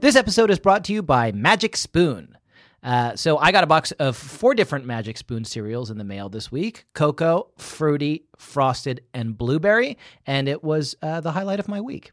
This episode is brought to you by Magic Spoon. Uh, so I got a box of four different Magic Spoon cereals in the mail this week: cocoa, fruity, frosted, and blueberry. And it was uh, the highlight of my week.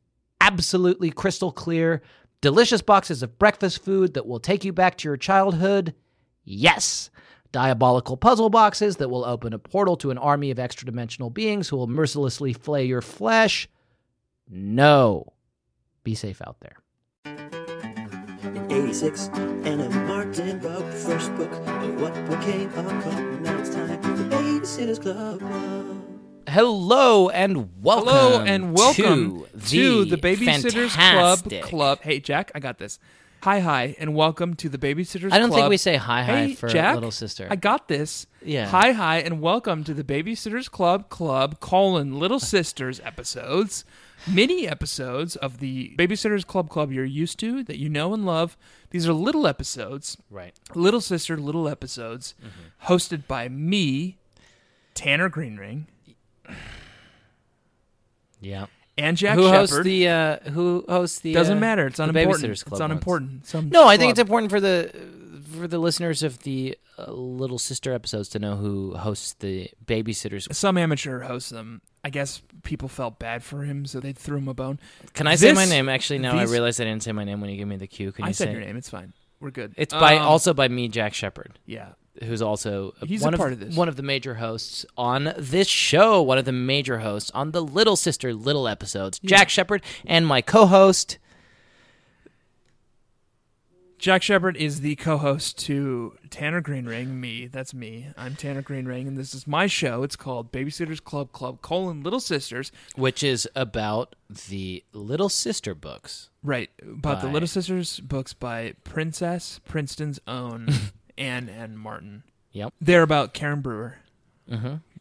absolutely crystal clear, delicious boxes of breakfast food that will take you back to your childhood. Yes. Diabolical puzzle boxes that will open a portal to an army of extra dimensional beings who will mercilessly flay your flesh. No. Be safe out there. in 86. Anna Martin wrote the first book of what became a cult. Now it's time for the Babysitter's Club. Hello and welcome. Hello and welcome to the, to the, Babysitters fantastic- Club Club. Hey Jack, I got this. Hi hi, and welcome to the Babysitters. I don't think Club. we say hi, hi Hey, for Jack, little sister. I got this. Yeah. Hi hi, and welcome to the Babysitters Club Club colon Little Sisters episodes, mini episodes of the Babysitters Club Club you're used to that you know and love. These are little episodes, Right. little sister little episodes, Mm-hmm. hosted by me, Tanner Greenring, Yeah. and Jack who hosts Shepard. the uh, who hosts the Doesn't uh, matter. It's the unimportant. Babysitters Club it's unimportant. Some Ones. No, I think it's club. important for the for the listeners of the uh, Little Sister episodes to know who hosts the Babysitters. some amateur hosts them. I guess people felt bad for him, so they threw him a bone. Can I say This- my name? Actually, now these- I realize I didn't say my name when you gave me the cue. Can I you said say your name. It's fine. We're good. It's by Um, also by me, Jack Shepard, yeah. who's also He's a one part of this. one of the major hosts on this show. One of the major hosts on the Little Sister Little episodes. Jack Shepard and my co-host. Jack Shepard is the co-host to Tanner Greenring. Me, that's me. I'm Tanner Greenring, and this is my show. It's called Babysitters Club Club: colon, Little Sisters. which is about the Little Sister books. Right about the By- Little Sisters books by Princess Princeton's own Anne and Martin. Yep. Mm-hmm. They're about Karen Brewer,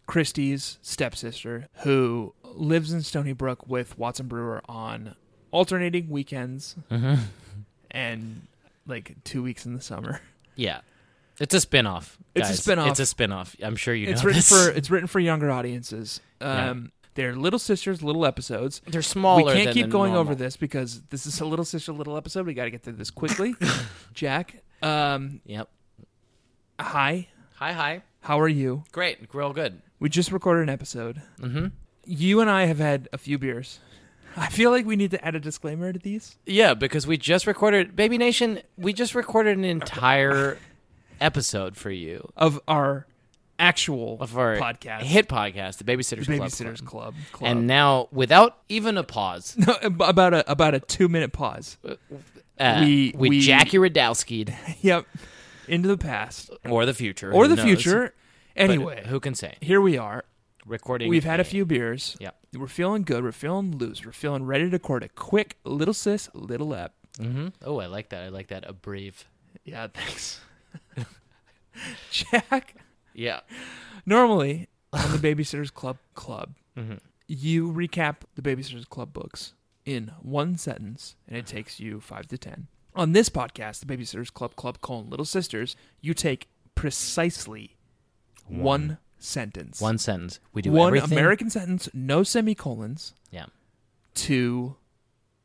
Christie's stepsister, who lives in Stony Brook with Watson Brewer on alternating weekends Mm-hmm. and like two weeks in the summer. Yeah. It's a spin-off. It's a guys. spin-off. It's a spin-off. I'm sure you it's know written this. for it's written for younger audiences. Um, They're little sisters, little episodes. They're smaller We can't than keep the going over normal. this because this is a little sister, little episode. We got to get through this quickly. Jack, um, Yep. hi, Hi, hi. how are you? Great. Real good. We just recorded an episode. Mm-hmm. You and I have had a few beers. I feel like we need to add a disclaimer to these. Yeah, because we just recorded Baby Nation, we just recorded an entire episode for you. of our actual for podcast, a hit podcast, the Babysitters, Club. Babysitters Club, Club. And now, without even a pause, No, ab- about a about a two minute pause. uh, We- we, we- Jackie Radowski'd Yep, into the past or the future or who the knows? future. But Anyway, who can say? here we are. Recording. We've had a few beers. Yep. We're feeling good. We're feeling loose. We're feeling ready to court a quick little sis, little up. hmm Oh, I like that. I like that. A brave. Yeah, thanks. Jack, Yeah. normally on the Babysitters Club Club, you recap the Babysitters Club books in one sentence, and it takes you five to ten. On this podcast, the Babysitters Club Club colon Little Sisters, you take precisely one, sentence, One sentence. We do one everything. American sentence, no semicolons, Yeah. to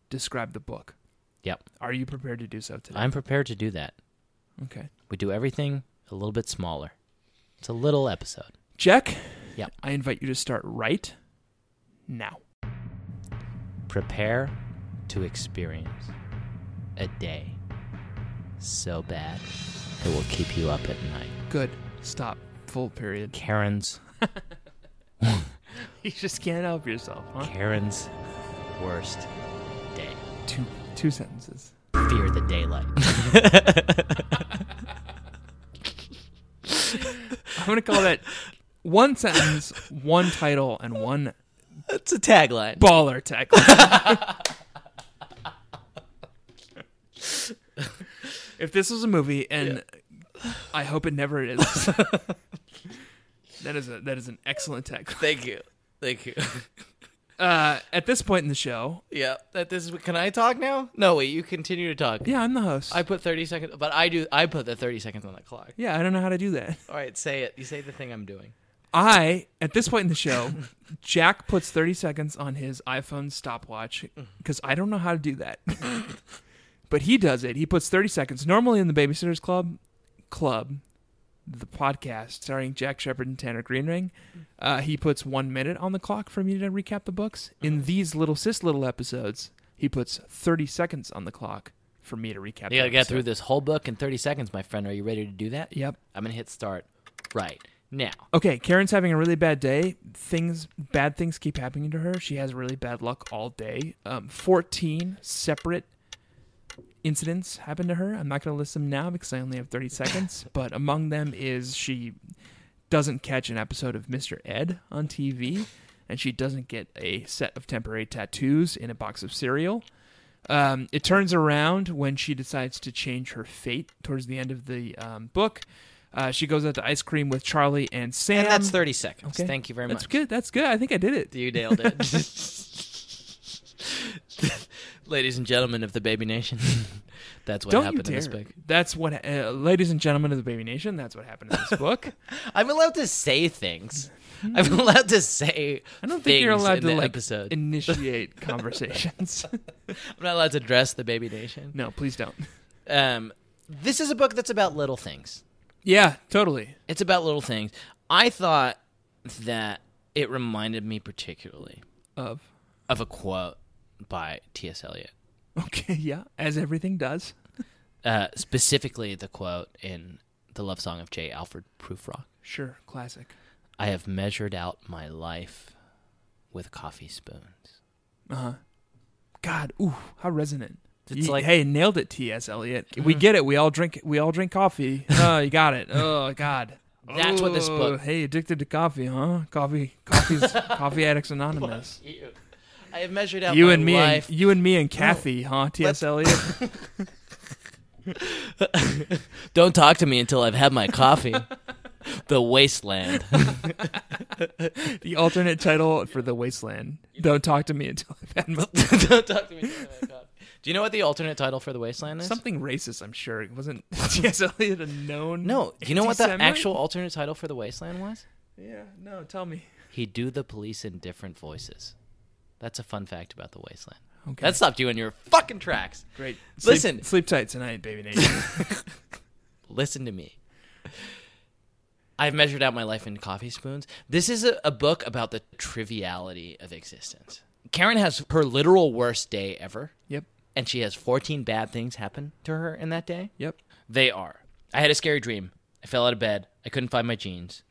describe the book. Yep. Are you prepared to do so today? I'm prepared to do that. okay. We do everything a little bit smaller. It's a little episode. Jack, Yep. I invite you to start right now. Prepare to experience a day so bad it will keep you up at night. Good. Stop. Full period. Karen's You just can't help yourself, huh? Karen's worst day. Two two sentences. Fear the daylight. I'm gonna call that one sentence, one title, and one That's a tagline. baller tackle. if this was a movie, and I hope it never is, that is a that is an excellent tackle. Thank you. Thank you. Uh, at this point in the show, yeah. That this is can I talk now? No, wait, you continue to talk. yeah, I'm the host. I put 30 seconds, but I do I put the 30 seconds on the clock. yeah, I don't know how to do that. All right, say it. You say the thing I'm doing. I, at this point in the show, Jack puts 30 seconds on his iPhone stopwatch because I don't know how to do that. but he does it. He puts 30 seconds. Normally in the Babysitters Club, Club, the podcast starring Jack Shepard and Tanner Greenring, uh, he puts one minute on the clock for me to recap the books. In these little sis little episodes, he puts 30 seconds on the clock for me to recap. You gotta the get through episode. this whole book in 30 seconds, my friend. Are you ready to do that? Yep. I'm gonna hit start right now. Okay, Karen's having a really bad day. Things, bad things keep happening to her. She has really bad luck all day. Um, Fourteen separate incidents happened to her. I'm not going to list them now because I only have 30 seconds. But among them is she doesn't catch an episode of Mr. Ed on TV, and she doesn't get a set of temporary tattoos in a box of cereal. Um, it turns around when she decides to change her fate towards the end of the um, book. Uh, she goes out to ice cream with Charlie and Sam. And that's 30 seconds. Okay. Thank you very That's much. good. That's good. I think I did it. You nailed it. Ladies and gentlemen of the Baby Nation, that's what Don't you happened in dare. this book. That's what, uh, ladies and gentlemen of the Baby Nation. That's what happened in this book. I'm allowed to say things. I'm allowed to say Hmm. I don't think you're things allowed in to the like episode. initiate conversations. I'm not allowed to address the Baby Nation. no, please don't. Um, this is a book that's about little things. Yeah, totally. It's about little things. I thought that it reminded me particularly Of of a quote by T.S. Eliot. okay, yeah, as everything does. Uh, specifically, the quote in the love song of J. Alfred Prufrock Sure, classic. I have measured out my life with coffee spoons. Uh huh. God, ooh, how resonant. It's Ye- like- Mm-hmm. hey, nailed it, T.S. Eliot. We get it. We all drink. We all drink coffee. Oh, you got it. Oh, God. That's what this Oh, book- Hey, addicted to coffee, huh? Coffee, coffee's coffee addicts anonymous. I have measured out You my and me, and, life. you and me and Kathy, huh? T.S. Eliot. Don't talk to me until I've had my coffee. the wasteland. The alternate title for the wasteland. Don't talk to me until I've had my- Don't talk to me until I've had my coffee. Do you know what the alternate title for the wasteland is? something racist. I'm sure it wasn't T.S. Eliot a known. No, you know what the anti-Semite? actual alternate title for the wasteland was? Yeah, no, tell me. He do the police in different voices. That's a fun fact about the wasteland. Okay, That stopped you in your fucking tracks. great. Listen. sleep, sleep tight tonight, baby nation. Listen to me. I've measured out my life in coffee spoons. This is a, a book about the triviality of existence. Karen has her literal worst day ever, yep, and she has 14 bad things happen to her in that day. yep. They are. I had a scary dream. I fell out of bed. I couldn't find my jeans.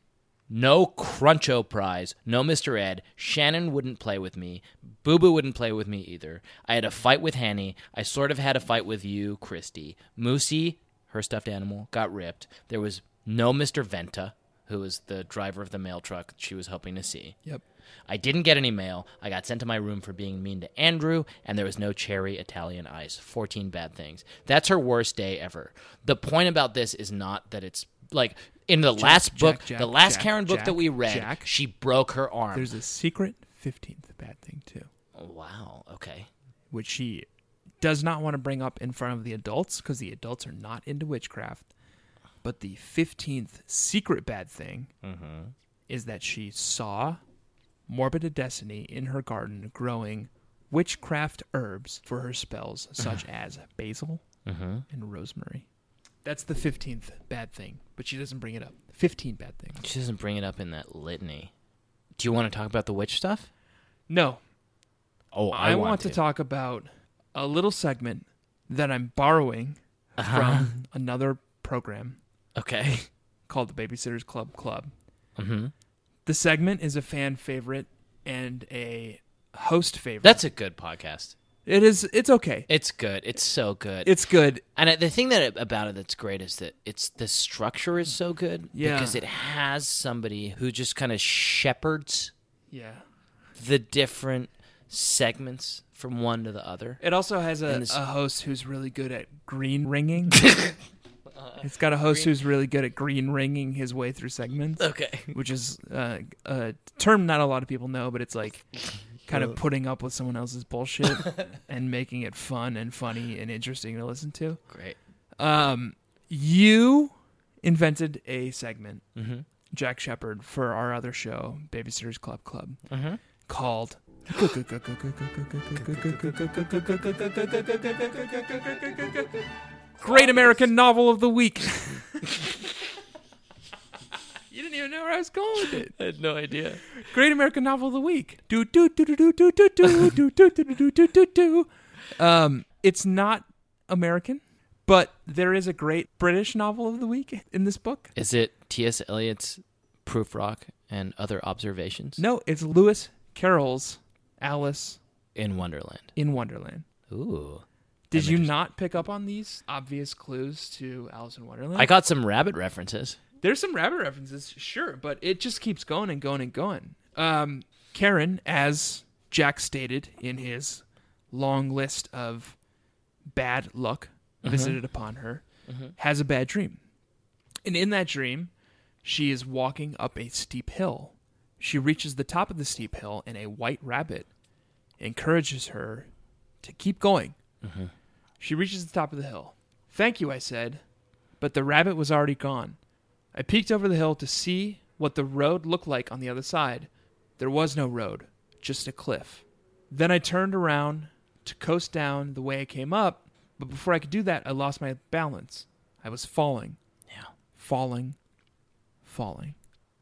No Cruncho prize, no Mr. Ed. Shannon wouldn't play with me. Boo Boo wouldn't play with me either. I had a fight with Hanny. I sort of had a fight with you, Christy. Moosey, her stuffed animal, got ripped. There was no Mr. Venta, who was the driver of the mail truck she was hoping to see. Yep. I didn't get any mail. I got sent to my room for being mean to Andrew, and there was no cherry Italian ice. 14 bad things. That's her worst day ever. The point about this is not that it's like in the last Jack, book, Jack, the last Jack, Karen book Jack, that we read, Jack. she broke her arm. There's a secret 15th bad thing, too, wow. Okay. which she does not want to bring up in front of the adults because the adults are not into witchcraft. But the 15th secret bad thing is that she saw Morbid of Destiny in her garden growing witchcraft herbs for her spells, such as basil and rosemary. That's the 15th bad thing, but she doesn't bring it up. 15 bad things. She doesn't bring it up in that litany. Do you want to talk about the witch stuff? No, Oh, I, want, to talk about a little segment that I'm borrowing from another program Okay. called the Babysitters Club Club. hmm The segment is a fan favorite and a host favorite. That's a good podcast. it is it's okay. It's good. It's so good. It's good. And I- the thing that it- about it that's great is that it's the structure is so good Yeah. because it has somebody who just kind of shepherds Yeah. the different segments from one to the other. It also has a, And it's- a host who's really good at green ringing. it's got a host who's really good at green ringing his way through segments. Okay. which is uh, a term not a lot of people know, but it's like kind of putting up with someone else's bullshit and making it fun and funny and interesting to listen to. Great. Um, you invented a segment, Mm-hmm. Jack Shepard, for our other show, Babysitters Club Club, Mm-hmm. called. Great American Novel of the Week. you didn't even know where I was going with it. I had no idea. Great American Novel of the Week. Do do do do do do do do do do do do do do do. Um, it's not American, but there is a great British novel of the week in this book. Is it T.S. Eliot's Proof Rock and Other Observations No, it's Lewis Carroll's Alice in Wonderland? in Wonderland. Ooh. Did you not pick up on these obvious clues to Alice in Wonderland? I got some rabbit references. There's some rabbit references, sure, but it just keeps going and going and going. Um, Karen, as Jack stated in his long list of bad luck visited upon her, has a bad dream. And in that dream, she is walking up a steep hill. She reaches the top of the steep hill, and a white rabbit encourages her to keep going. She reaches the top of the hill. Thank you, I said, but the rabbit was already gone. I peeked over the hill to see what the road looked like on the other side. There was no road, just a cliff. Then I turned around to coast down the way I came up, but before I could do that, I lost my balance. I was falling. Yeah. Falling. Falling.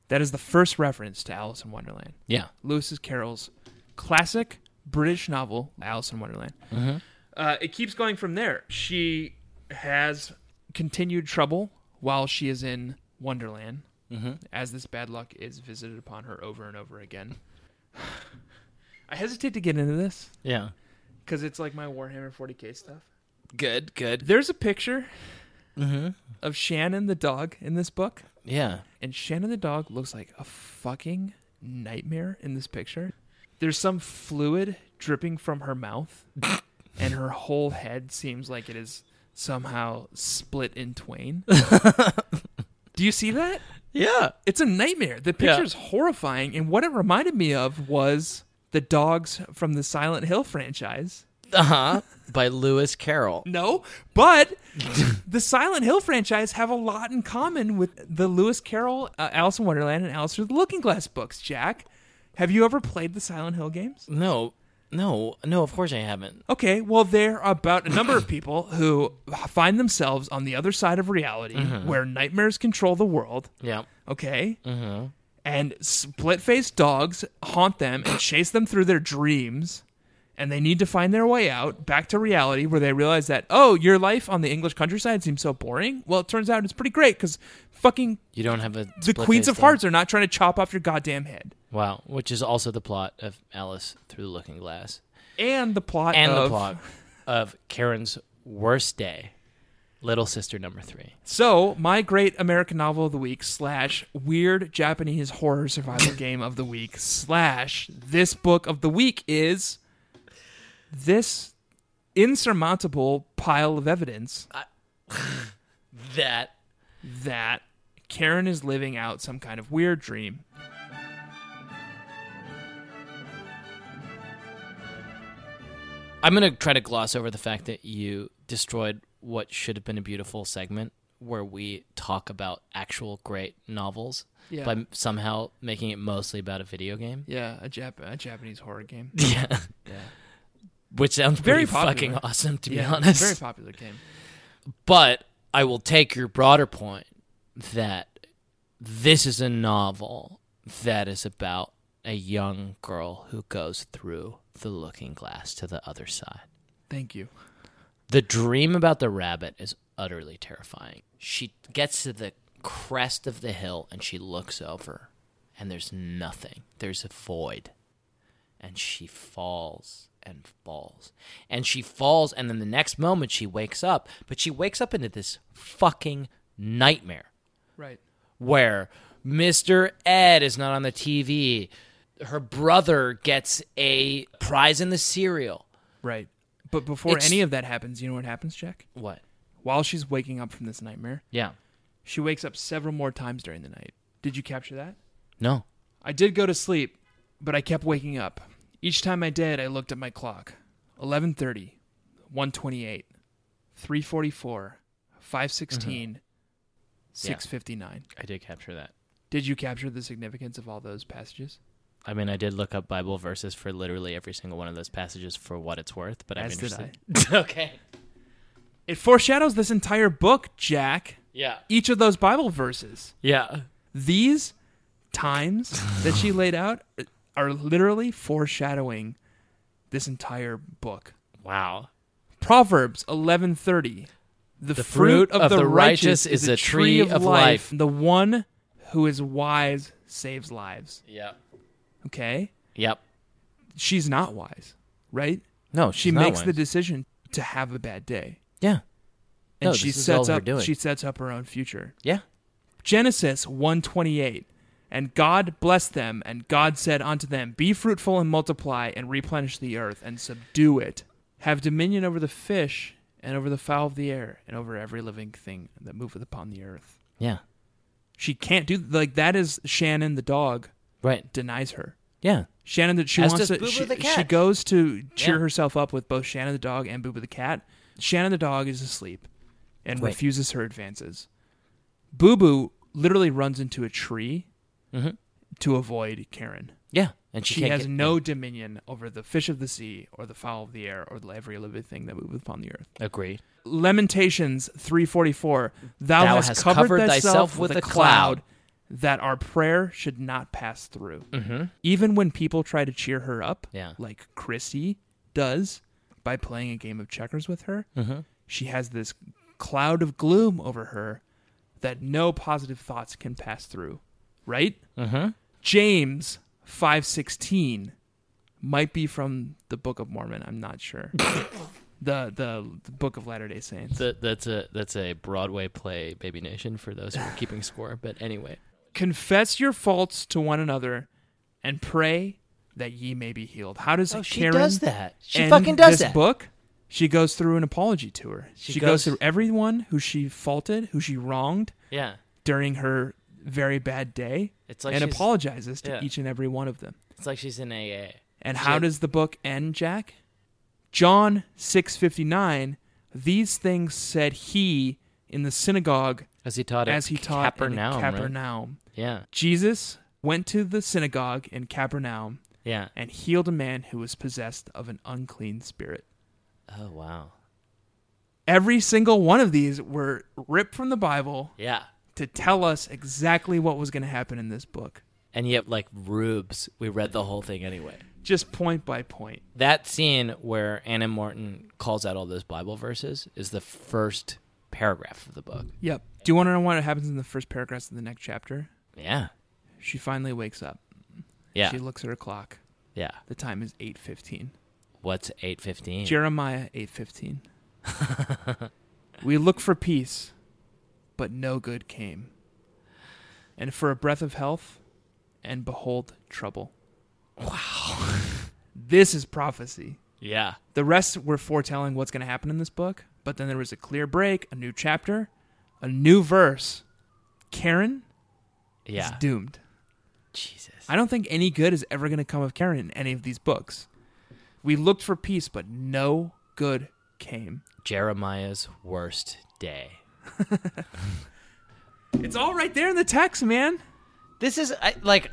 That is the first reference to Alice in Wonderland. Yeah. Lewis Carroll's classic British novel, Alice in Wonderland. Uh, it keeps going from there. She has continued trouble while she is in Wonderland, as this bad luck is visited upon her over and over again. I hesitate to get into this Yeah. because it's like my Warhammer 40k stuff. Good, good. There's a picture of Shannon the dog in this book, Yeah. and Shannon the dog looks like a fucking nightmare in this picture. There's some fluid dripping from her mouth, and her whole head seems like it is somehow split in twain. Do you see that? Yeah. It's a nightmare. The Yeah. picture's horrifying, and what it reminded me of was the dogs from the Silent Hill franchise. Uh huh. By Lewis Carroll. No, but the Silent Hill franchise have a lot in common with the Lewis Carroll, uh, Alice in Wonderland, and Alice Through the Looking Glass books. Jack, have you ever played the Silent Hill games? No, no, no, of course I haven't. Okay, well, they're about a number of people who find themselves on the other side of reality where nightmares control the world. Yeah. Okay? Mm-hmm. And split faced dogs haunt them and chase them through their dreams. and they need to find their way out back to reality where they realize that oh your life on the english countryside seems so boring well it turns out it's pretty great because fucking You don't have a the split queens face of thing. hearts are not trying to chop off your goddamn head Wow, which is also the plot of Alice Through the Looking Glass and the plot and of, the plot of Karen's Worst Day, Little Sister Number Three. so my great american novel of the week slash weird japanese horror survival game of the week slash this book of the week is this insurmountable pile of evidence That that Karen is living out some kind of weird dream. I'm gonna try to gloss over the fact that you destroyed what should have been a beautiful segment where we talk about actual great novels Yeah. by somehow making it mostly about a video game. Yeah, a, Jap- a Japanese horror game. Yeah. Which sounds Very very popular. fucking awesome to yeah, be honest. very popular game. but I will take your broader point that this is a novel that is about a young girl who goes through the looking glass to the other side. Thank you. The dream about the rabbit is utterly terrifying. She gets to the crest of the hill and she looks over, and there's nothing. There's a void. And she falls and falls. And she falls, and then the next moment she wakes up, but she wakes up into this fucking nightmare Right. where Mr. Ed is not on the TV. Her brother gets a prize in the cereal. Right. But before It's- any of that happens, you know what happens, Jack? What? While she's waking up from this nightmare, Yeah. she wakes up several more times during the night. Did you capture that? No. I did go to sleep, but I kept waking up. Each time I did, I looked at my clock. 11:30, 128, 344, 516, 659. I did capture that. Did you capture the significance of all those passages? I mean, I did look up Bible verses for literally every single one of those passages for what it's worth, but I'm As did interested. okay. It foreshadows this entire book, Jack. Yeah. Each of those Bible verses. Yeah. These times that she laid out uh, are literally foreshadowing this entire book. Wow. Proverbs 11:30. The, fruit of the righteous is a tree of life. The one who is wise saves lives. Yeah. Okay? Yep. She's not wise, right? No, She makes the decision to have a bad day. yeah. and No, she this is sets all her up doing. she sets up her own future. Yeah. Genesis 128. And God blessed them, and God said unto them, Be fruitful and multiply, and replenish the earth, and subdue it. Have dominion over the fish, and over the fowl of the air, and over every living thing that moveth upon the earth. Yeah. She can't do like that. Is Shannon the dog Right. denies her? Yeah. Shannon that she As wants does to Booba she, the she cat. goes to cheer Yeah. herself up with both Shannon the dog and Booba the cat. Shannon the dog is asleep and Right. refuses her advances. Boo Boo literally runs into a tree Mhm. to avoid Karen. Yeah. And she, She can't has get- no dominion over the fish of the sea or the fowl of the air or every living thing that moveth upon the earth. Agreed. Lamentations 344 Thou, hast, covered, thyself with a cloud that our prayer should not pass through. Mhm. Even when people try to cheer her up, Yeah. like Chrissy does by playing a game of checkers with her, she has this cloud of gloom over her that no positive thoughts can pass through. Right? Mm-hmm. James 516 might be from the Book of Mormon, I'm not sure. the, the the Book of Latter-day Saints. That, that's a that's a Broadway play, Baby Nation, for those who are keeping score. But anyway. confess your faults to one another and pray that ye may be healed. How does Oh, she Karen does that. She end fucking does this that. book? She goes through an apology to her. She, She goes, goes- through everyone who she faulted, who she wronged Yeah. during her very bad day, It's like and she's- apologizes to yeah. each and every one of them. It's like she's in AA. And how does the book end, Jack? John 6:59, these things said he in the synagogue As he taught as he taught in Capernaum. right? Capernaum. Yeah. Jesus went to the synagogue in Capernaum Yeah. and healed a man who was possessed of an unclean spirit. Oh wow. Every single one of these were ripped from the Bible Yeah. to tell us exactly what was going to happen in this book. And yet, like Rubes, we read the whole thing anyway. just point by point. That scene where Anna Morton calls out all those Bible verses is the first paragraph of the book. Yep. Do you want to know what happens in the first paragraphs of the next chapter? Yeah. She finally wakes up. Yeah. She looks at her clock. yeah. The time is 8:15. What's 815? Jeremiah 8:15. we look for peace, but no good came. And for a breath of health, and behold trouble. wow. This is prophecy. yeah. The rest were foretelling what's going to happen in this book, but then there was a clear break, a new chapter, a new verse. Karen Yeah. is doomed. Jesus. I don't think any good is ever going to come of Karen in any of these books. We looked for peace, but no good came. Jeremiah's worst day. It's all right there in the text, man. This is I, like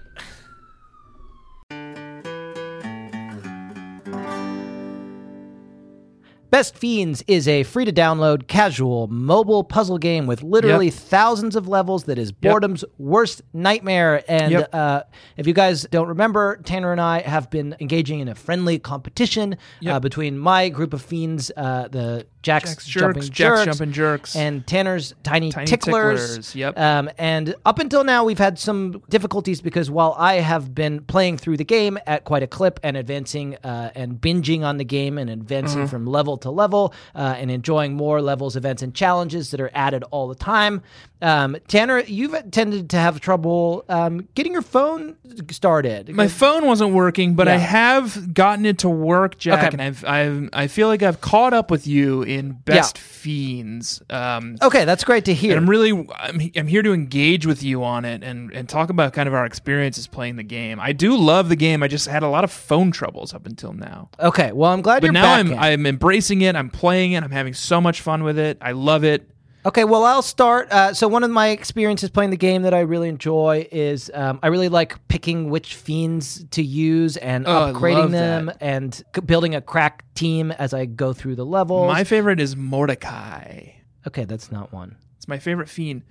Best Fiends is a free to download casual mobile puzzle game with literally Yep. thousands of levels that is boredom's worst nightmare. And Yep. uh, if you guys don't remember, Tanner and I have been engaging in a friendly competition uh, Yep. between my group of fiends, uh, the Jack's, Jack's Jerks, Jumping Jack's Jerks, Jumping Jerks. and Tanner's Tiny, Tiny Ticklers. Ticklers, yep. Um, and up until now, we've had some difficulties because while I have been playing through the game at quite a clip and advancing uh, and binging on the game and Mm-hmm. advancing from level to level uh, and enjoying more levels, events, and challenges that are added all the time, um, Tanner, you've tended to have trouble um, getting your phone started. My phone wasn't working, but I Yeah. have gotten it to work, Jack, Okay. and I've, I've I feel like I've caught up with you in Best Fiends. Um, okay, that's great to hear. and I'm really I'm, I'm here to engage with you on it and and talk about kind of our experiences playing the game. I do love the game. I just had a lot of phone troubles up until now. okay, well, I'm glad But you're now back I'm in. I'm embracing it. I'm playing it. I'm having so much fun with it. I love it. Okay, well, I'll start. Uh, so, one of my experiences playing the game that I really enjoy is um, I really like picking which fiends to use and Oh, I upgrading love them and c- building a crack team as I go through the levels. My favorite is Mordecai. okay, that's not one. It's my favorite fiend.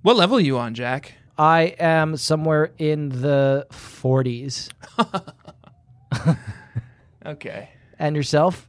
What level are you on, Jack? I am somewhere in the 40s. Okay. And yourself?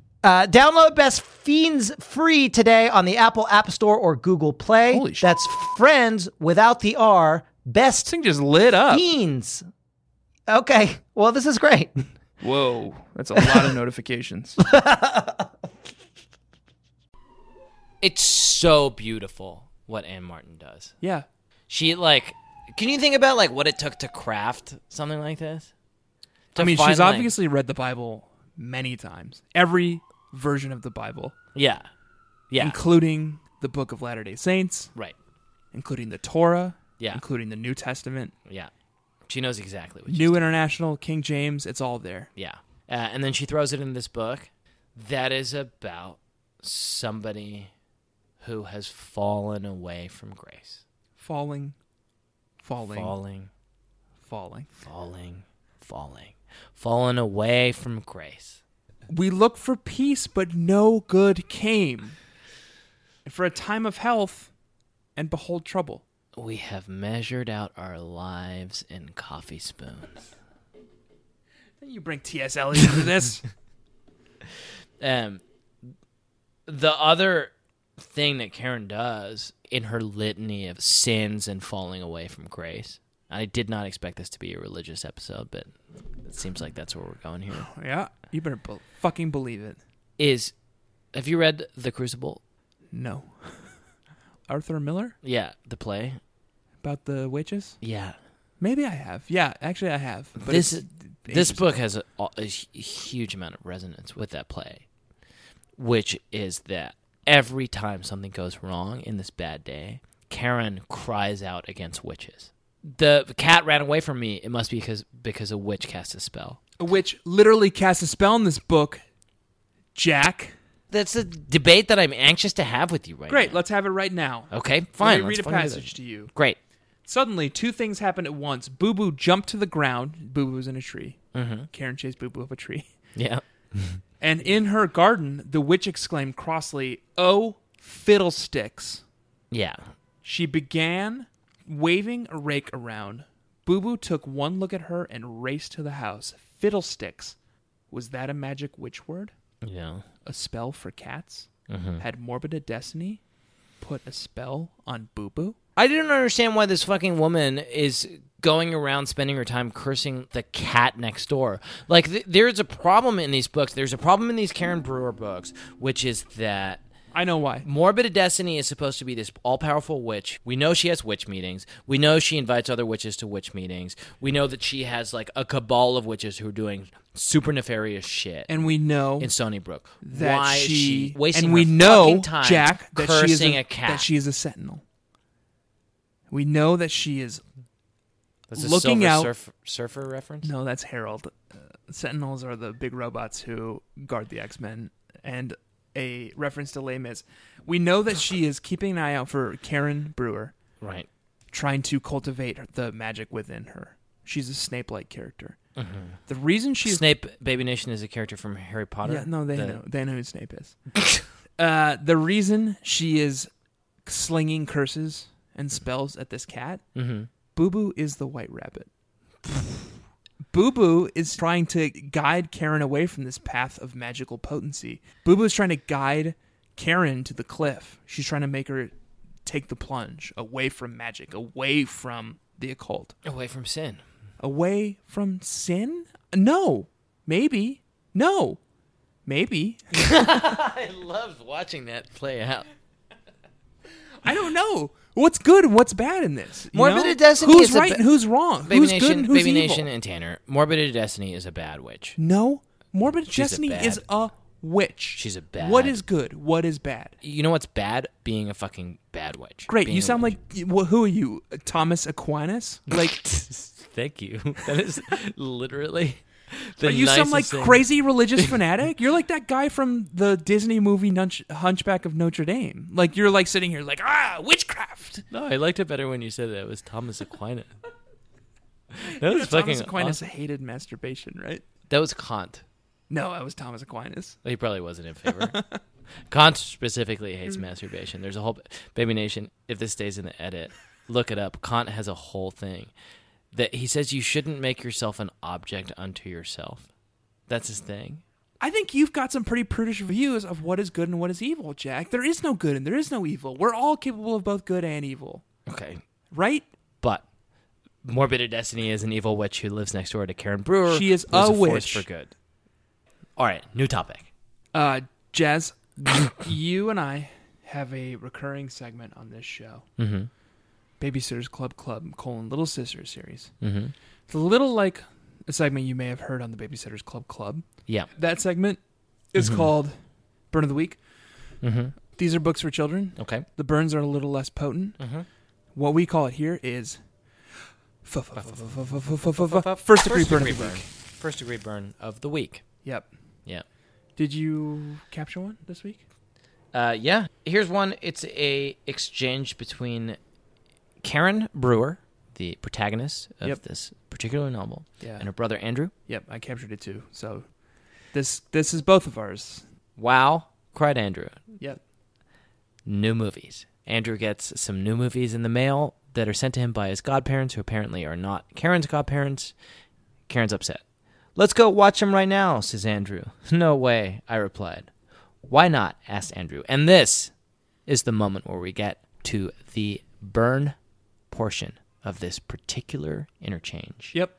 Uh, download Best Fiends free today on the Apple App Store or Google Play. Holy sh- That's friends without the R. This Best thing just lit up. Fiends. Okay. Well, this is great. Whoa, that's a lot of notifications. it's so beautiful what Anne Martin does. yeah, She like can you think about like what it took to craft something like this? I mean, To she's find, like- obviously read the Bible many times, every version of the Bible, Yeah. Yeah. including the Book of Latter Day Saints, right. including the Torah, Yeah. including the New Testament, Yeah. She knows exactly what she's New International, King James. It's all there. Yeah. Uh, and then she throws it in this book that is about somebody who has fallen away from grace. Falling, falling, Falling, falling. falling, falling. Fallen away from grace. We look for peace, but no good came. And for a time of health, and behold trouble. We have measured out our lives in coffee spoons. You bring T.S. Eliot into this. Um, the other thing that Karen does in her litany of sins and falling away from grace. I did not expect this to be a religious episode, but it seems like that's where we're going here. yeah, you better be- fucking believe it. Is have you read The Crucible? No. Arthur Miller Yeah, the play. about the witches? Yeah, Maybe I have. Yeah, actually I have. But This it's- this book has a, a hu- huge amount of resonance with that play, which is that every time something goes wrong in this bad day, Karen cries out against witches. The cat ran away from me. It must be because because a witch cast a spell. which literally casts a spell in this book. Jack. That's a debate that I'm anxious to have with you right Great, now. let's have it right now. okay, fine. Let me let's read a fucking do passage that. to you. Great. Suddenly, two things happen at once. Boo Boo jumped to the ground. Boo Boo's in a tree. Mm-hmm. Karen chased Boo Boo up a tree. Yeah. And in her garden, the witch exclaimed crossly, Oh, fiddlesticks. Yeah. She began waving a rake around. Boo Boo took one look at her and raced to the house. Fiddlesticks. Was that a magic witch word? Yeah. A spell for cats? Mm-hmm. Had Morbida Destiny put a spell on Boo Boo? I didn't understand why this fucking woman is going around spending her time cursing the cat next door. Like, th- there's a problem in these books. There's a problem in these Karen Brewer books, which is that I know why. Morbid of Destiny is supposed to be this all powerful witch. We know she has witch meetings. We know she invites other witches to witch meetings. We know that she has, like, a cabal of witches who are doing super nefarious shit. And we know in Stony Brook, that why is she, she wasting and we her know fucking time Jack that cursing she is a, a cat? that she is a sentinel. We know that she is That's a looking Silver out- surf, surfer reference. no, that's Harold. Uh, Sentinels are the big robots who guard the X Men, and a reference to Les Mis. We know that she is keeping an eye out for Karen Brewer, Right. trying to cultivate the magic within her. She's a Snape-like character. Mm-hmm. The reason she's Snape, Baby Nation is a character from Harry Potter. Yeah, no, they The- know. They know who Snape is. uh, the reason she is slinging curses and spells at this cat, Boo Boo is the white rabbit. Boo Boo is trying to guide Karen away from this path of magical potency. Boo Boo is trying to guide Karen to the cliff. She's trying to make her take the plunge away from magic, away from the occult Away from sin. away from sin? No. Maybe. No. Maybe. I loved watching that play out. I don't know. What's good and what's bad in this? you Morbid know? Destiny Who's is a right ba- and who's wrong? Baby who's Nation, good and who's Baby evil? Nation, and Tanner. Morbid of Destiny is a bad witch. No. Morbid Destiny bad- is a witch. She's a bad- What is good? What is bad? You know what's bad? Being a fucking bad witch. Great. Being you a sound witch. like wh- who are you? Thomas Aquinas? Like Thank you. That is literally. The are you some nicest like thing. crazy religious fanatic? You're like that guy from the Disney movie Nunch- Hunchback of Notre Dame. Like you're like sitting here like ah witchcraft. No, I liked it better when you said that. It was Thomas Aquinas. That was fucking. Thomas Aquinas awesome. hated masturbation, right? That was Kant. No, it was Thomas Aquinas. He probably wasn't in favor. Kant specifically hates masturbation. There's a whole baby nation. If this stays in the edit, look it up. Kant has a whole thing that he says you shouldn't make yourself an object unto yourself. That's his thing. I think you've got some pretty prudish views of what is good and what is evil, Jack. There is no good and there is no evil. We're all capable of both good and evil, Okay, right? but morbid of destiny is an evil witch who lives next door to Karen Brewer. She is who a force witch. for good. All right, new topic. Uh, Jazz, you and I have a recurring segment on this show, mm-hmm. Babysitters Club Club colon Little Sister series. Mm-hmm. It's a little like a segment you may have heard on the Babysitters Club Club. Yeah, That segment is called Burn of the Week. These are books for children. Mm-hmm. okay. Mm-hmm. The burns are a little less potent. What we call it here is f- f- f- f- f- f- f- f- f- first degree burn of the week. First degree burn of the week. Yep. Yeah. Did you capture one this week? Uh, yeah. Here's one. It's a exchange between Karen Brewer, the protagonist of Yep. this particular novel, Yeah. and her brother Andrew. Yep, I captured it too. So this this is both of ours. Wow, cried Andrew. Yep. New movies. Andrew gets some new movies in the mail that are sent to him by his godparents, who apparently are not Karen's godparents. Karen's upset. Let's go watch them right now, says Andrew. No way, I replied. Why not? asked Andrew. And this is the moment where we get to the burn portion of this particular interchange Yep.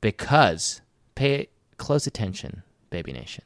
because pay close attention, baby nation.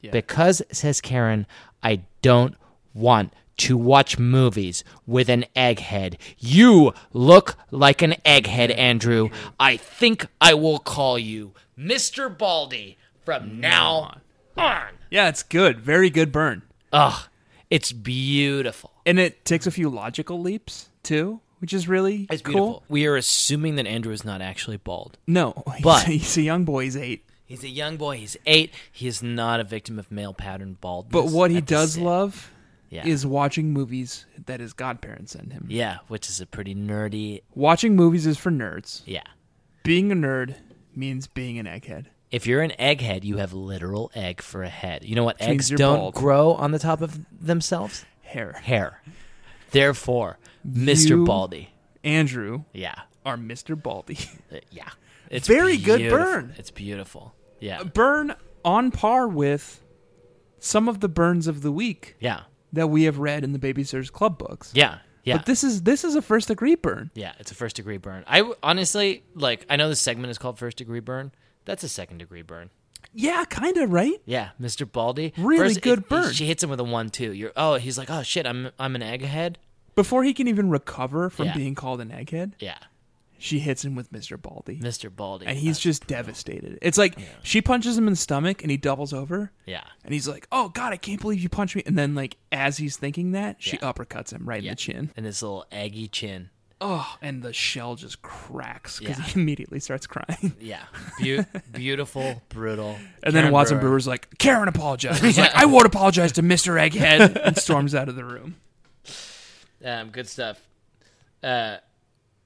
Yeah. Because says Karen, I don't want to watch movies with an egghead. You look like an egghead, Andrew. I think I will call you Mr. Baldy from now on. Yeah, it's good. Very good burn. Ugh, it's beautiful. And it takes a few logical leaps too, which is really It's cool. beautiful. We are assuming that Andrew is not actually bald. No, But- he's a young boy. He's eight. He's a young boy. He's eight. He is not a victim of male pattern baldness. But what he at the does same- love Yeah. is watching movies that his godparents send him. Yeah, which is a pretty nerdy. Watching movies is for nerds. Yeah. Being a nerd means being an egghead. If you're an egghead, you have literal egg for a head. You know what means eggs you're don't bald. grow on the top of themselves? Hair. Hair. Therefore, Mr. You- Baldy. Andrew, Yeah. our Mr. Baldy. Uh, Yeah. It's Very good beautiful. burn. Uh, It's beautiful. Yeah. burn on par with some of the burns of the week Yeah. that we have read in the Babysitters Club books. Yeah. Yeah. But this is this is a first degree burn. yeah, it's a first degree burn. I w- honestly, like, I know this segment is called first degree burn. That's a second degree burn. Yeah, kind of, right? Yeah, Mr. Baldy. Really First, good it- burn. She hits him with a one two. You're oh, he's like, oh shit, I'm I'm an egghead. Before he can even recover from Yeah. being called an egghead, Yeah, she hits him with Mr. Baldy. Mr. Baldy. Uh, And he's just devastated. It's like she punches him in the stomach and he doubles over. yeah, And he's like, "Oh God, I can't believe you punched me!" And then, like, as he's thinking that, she Yeah. uppercuts him right yeah. in the chin. and this little eggy chin. Oh, and the shell just cracks because Yeah. he immediately starts crying. Yeah, Beau- beautiful, brutal. And Karen then Watson Brewer. Brewer's like, "Karen apologized." He's like, "I won't apologize to Mister Egghead," and storms out of the room. Um, good stuff. Uh,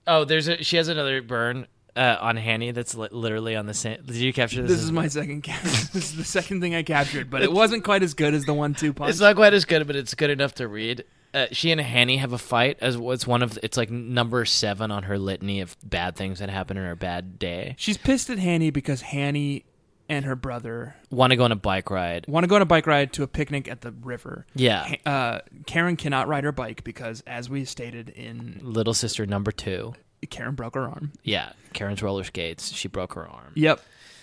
oh, there's a she has another burn uh, on Hanny that's li- literally on the same. Did you capture this? This is my second. Cap- this is the second thing I captured, but it wasn't quite as good as the one-two punch. It's not quite as good, but it's good enough to read. Uh, she and Hanny have a fight as it's one of it's like number seven on her litany of bad things that happen in her bad day. She's pissed at Hanny because Hanny and her brother Want to go on a bike ride? want to go on a bike ride to a picnic at the river. Yeah, Uh, Karen cannot ride her bike because, as we stated in little sister number two. Karen broke her arm. Yeah, Karen's roller skates. She broke her arm. Yep.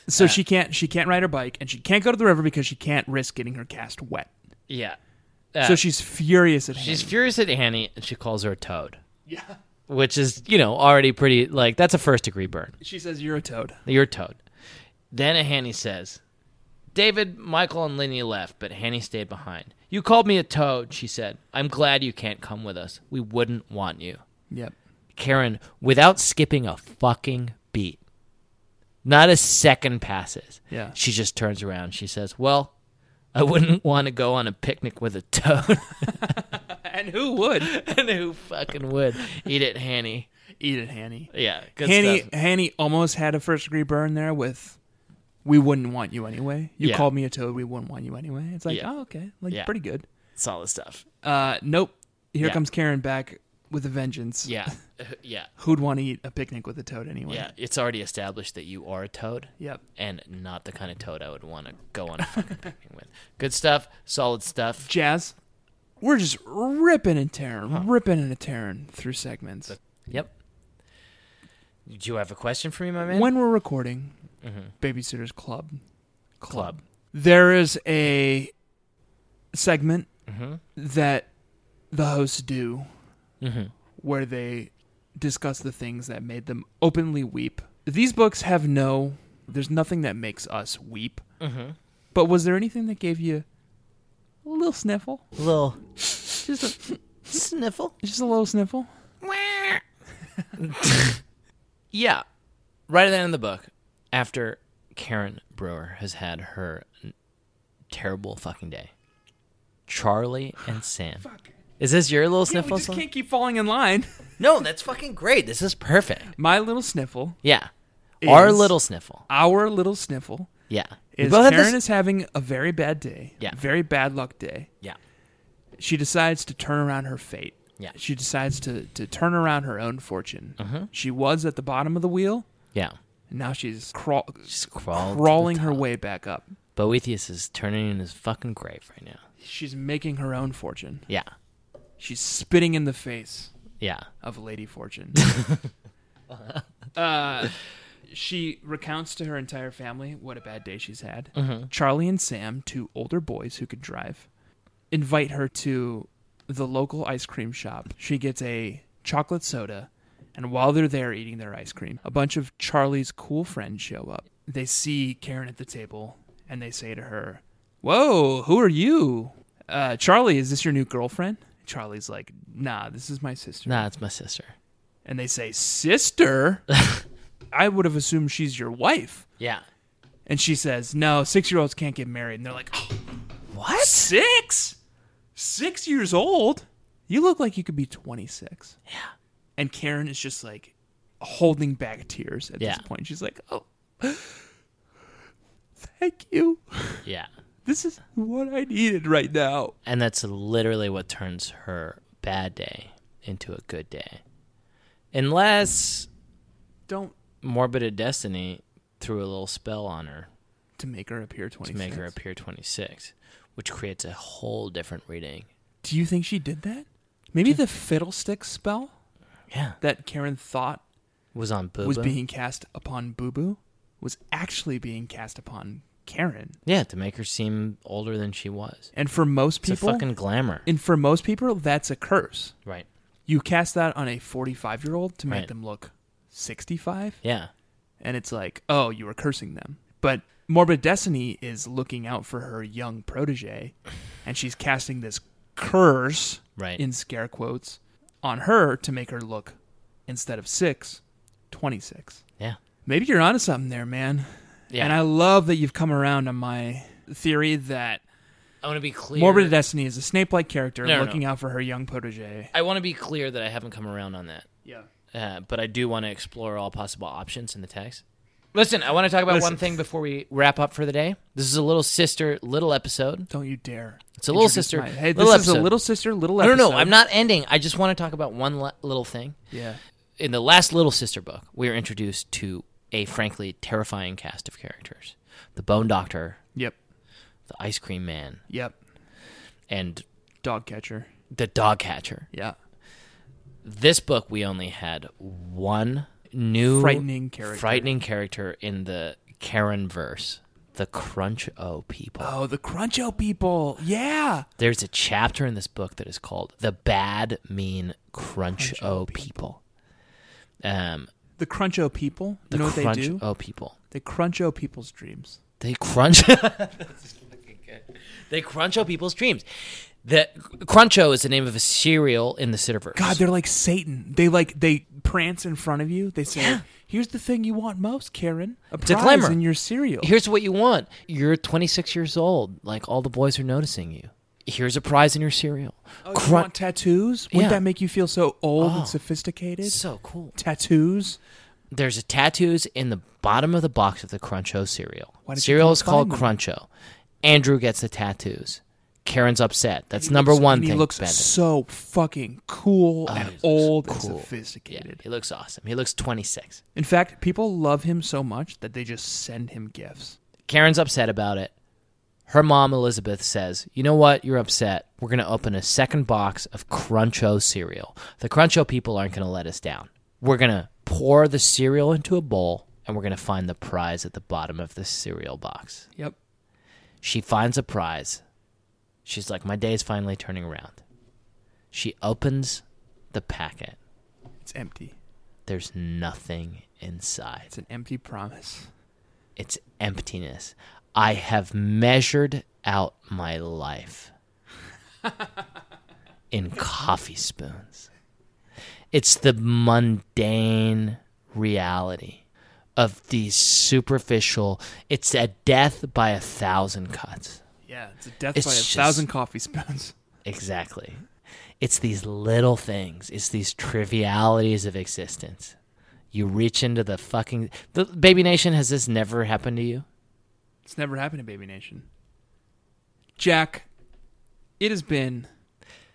So she can't she can't ride her bike and she can't go to the river because she can't risk getting her cast wet. Yeah. Uh, so she's furious at she's Hanny. furious at Annie and she calls her a toad. Yeah. Which is, you know, already pretty like that's a first degree burn. She says you're a toad. You're a toad. Then Hanny says, David, Michael, and Linny left, but Hanny stayed behind. You called me a toad, she said. I'm glad you can't come with us. We wouldn't want you. Yep. Karen, without skipping a fucking beat, not a second passes. Yeah. She just turns around. She says, Well, I wouldn't want to go on a picnic with a toad. And who would and who fucking would? Eat it, Hanny. eat it, Hanny? Yeah. Good Hanny stuff. Hanny almost had a first degree burn there with we wouldn't want you anyway. You Yeah. called me a toad, we wouldn't want you anyway. It's like, Yeah. oh okay. Like Yeah. pretty good. Solid stuff. Uh nope. Here Yeah. comes Karen back with a vengeance. Yeah. Yeah. Who'd want to eat a picnic with a toad anyway? Yeah. It's already established that you are a toad. Yep. and not the kind of toad I would want to go on a fucking picnic with. Good stuff, solid stuff. Jazz. We're just ripping and tearing, ripping and tearing through segments. Yep. Do you have a question for me, my man? When we're recording Babysitters Club, Club. there is a segment that the hosts do where they discuss the things that made them openly weep. These books have no, there's nothing that makes us weep. But was there anything that gave you a little sniffle? Little Just a, sniffle. just a little sniffle? yeah. Right at the end of the book, after Karen Brewer has had her n- terrible fucking day. Charlie and Sam. Is this your little Yeah, we sniffle? just song? can't keep falling in line. No, that's fucking great. This is perfect. My little sniffle, Yeah. Our Is- little sniffle. our little sniffle, Yeah. We is both have Karen this- is having a very bad day. Yeah. Very bad luck day. Yeah. She decides to turn around her fate. Yeah. Mm-hmm. She decides to, to turn around her own fortune. She was at the bottom of the wheel. Yeah. And now she's craw- Just crawled to the crawling her top. way back up. Boethius is turning in his fucking grave right now. She's making her own fortune. Yeah. She's spitting in the face Yeah. of Lady Fortune. uh, she recounts to her entire family what a bad day she's had. Charlie and Sam, two older boys who could drive, invite her to the local ice cream shop. She gets a chocolate soda, and while they're there eating their ice cream, a bunch of Charlie's cool friends show up. They see Karen at the table, and they say to her, Whoa, who are you? Uh, Charlie, is this your new girlfriend? Charlie's like, Nah, this is my sister Nah, it's my sister. and they say, Sister? I would have assumed she's your wife. Yeah. And she says, No, six year olds can't get married. And they're like, What? Six? Six years old? You look like you could be 26. Yeah. And Karen is just like holding back tears at Yeah. this point. She's like, Oh, thank you. Yeah. This is what I needed right now. And that's literally what turns her bad day into a good day. Unless Don't Morbid Destiny threw a little spell on her to make her appear 26. to make her appear 26, which creates a whole different reading. Do you think she did that? Maybe the fiddlestick spell Yeah. that Karen thought Was on Boo was Boo. being cast upon Boo Boo was actually being cast upon Karen. Yeah, to make her seem older than she was. And for most It's people, a fucking glamour. and for most people, that's a curse. right. You cast that on a 45 year old to make Right. them look 65, Yeah. and it's like, oh, you were cursing them. But Morbid Destiny is looking out for her young protege, and she's casting this curse Right. in scare quotes on her to make her look, instead of six, 26. Yeah. Maybe you're onto something there, man. Yeah. And I love that you've come around on my theory that I want to be clear. Morbid Destiny is a Snape like character No, no, looking out for her young protege. I want to be clear that I haven't come around on that. Yeah. uh, but I do want to explore all possible options in the text. Listen, I want to talk about Listen. one thing before we wrap up for the day. This is a little sister, little episode. Don't you dare. It's a little introduce sister, my- hey, little this is a episode. little sister, little I episode. don't know. I'm not ending. I just want to talk about one le- little thing. Yeah. In the last Little Sister book, we are introduced to a frankly terrifying cast of characters: the Bone Doctor, Yep. the Ice Cream Man, Yep. and Dog catcher. the Dog Catcher. Yeah. This book, we only had one new Frightening character. frightening character in the Karen verse: the Crunch O people. Oh, the Cruncho people. Yeah. There's a chapter in this book that is called "The Bad Mean Crunch O People." Um, The Cruncho people. the You know what Crunch uh, they do? O People. They Cruncho people's dreams. They crunch. This is fucking good. They crunch O people's dreams. The Cruncho is the name of a cereal in the Sitterverse. God, they're like Satan. They like they prance in front of you. They say, "Here's the thing you want most, Karen: a a prize glamour. in your cereal." Here's what you want. You're 26 years old. Like all the boys are noticing you. Here's a prize in your cereal. Oh, you want tattoos? Wouldn't Yeah. that make you feel so old Oh. and sophisticated? So cool. tattoos. There's a tattoos in the bottom of the box of the Cruncho cereal. Why did you Cereal come is called find me? Cruncho. Andrew gets the tattoos. Karen's upset. That's He number looks- one and thing. He looks Bender. so fucking cool Oh, he and looks old cool. and Yeah, sophisticated. he looks awesome. He looks 26. In fact, people love him so much that they just send him gifts. Karen's upset about it. Her mom Elizabeth says, "You know what? You're upset. We're going to open a second box of Cruncho cereal. The Cruncho people aren't going to let us down. We're going to pour the cereal into a bowl and we're going to find the prize at the bottom of the cereal box." Yep. She finds a prize. She's like, My day's finally turning around. She opens the packet. It's empty. There's nothing inside. It's an empty promise. It's emptiness. I have measured out my life in coffee spoons. It's the mundane reality of these superficial. It's a death by a thousand cuts. Yeah, it's a death It's by a just- thousand coffee spoons. Exactly. It's these little things. It's these trivialities of existence. You reach into the fucking the baby nation. Has this never happened to you? It's never happened to Baby Nation. Jack, it has been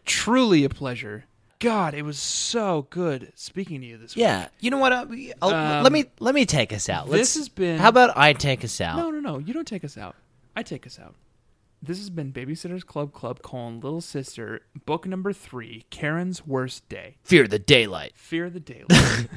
truly a pleasure. God, it was so good speaking to you this week. Yeah. You know what? Uh, I'll, I'll- Um, let me let me take us out. this Let's- has been- How about I take us out? No, no, no. You don't take us out. I take us out. This has been Babysitters Club Club colon Little Sister, book number three, Karen's Worst Day. Fear the daylight. Fear the daylight.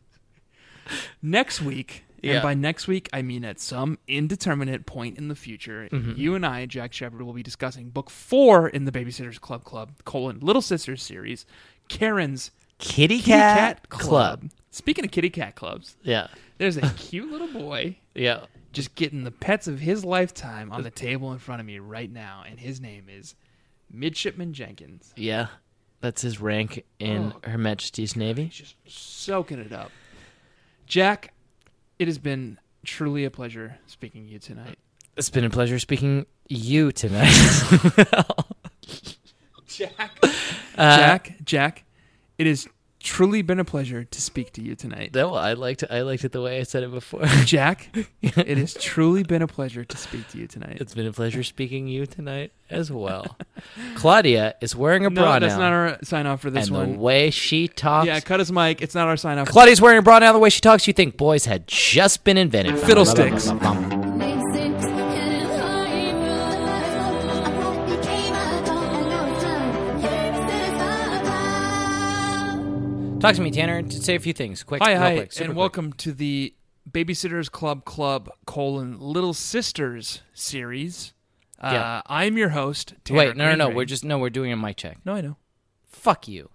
next week, Yeah. and by next week I mean at some indeterminate point in the future, Mm-hmm. you and I, Jack Shepard, will be discussing book four in the Babysitters Club Club colon Little Sisters series, Karen's Kitty, Kitty cat, Cat, Club. Speaking of kitty cat clubs, Yeah. there's a cute little boy Yeah. just getting the pets of his lifetime on the table in front of me right now, and his name is Midshipman Jenkins. Yeah. Oh. That's his rank in Her Majesty's Navy. Just soaking it up. Jack, it has been truly a pleasure speaking to you tonight. It's been a pleasure speaking you tonight. Jack, Uh, Jack, Jack, it has truly been a pleasure to speak to you tonight. no, I liked I liked it the way I said it before. Jack, it has truly been a pleasure to speak to you tonight. It's been a pleasure speaking you tonight as well. Claudia is wearing a no, bra that's now, not our sign off for this and the one. way she talks, yeah, cut his mic. It's not our sign off. Claudia's wearing a bra now. The way she talks, you think boys had just been invented. Fiddlesticks. Talk to me, Tanner. to Say a few things, quick. Hi, real hi, quick, super and quick. welcome to the Babysitters Club Club colon Little Sisters series. Uh, Yeah. I'm your host. Tanner Wait, no, no, no. Greenring. We're just no. We're doing a mic check. no. I know. Fuck you.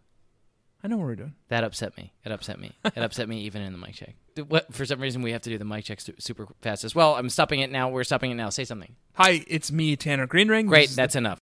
I know what we're doing. That upset me. It upset me. It upset me even in the mic check. Th- What, for some reason, we have to do the mic checks super fast as well. I'm stopping it now. We're stopping it now. Say something. Hi, it's me, Tanner Greenring. Great. This is That's enough.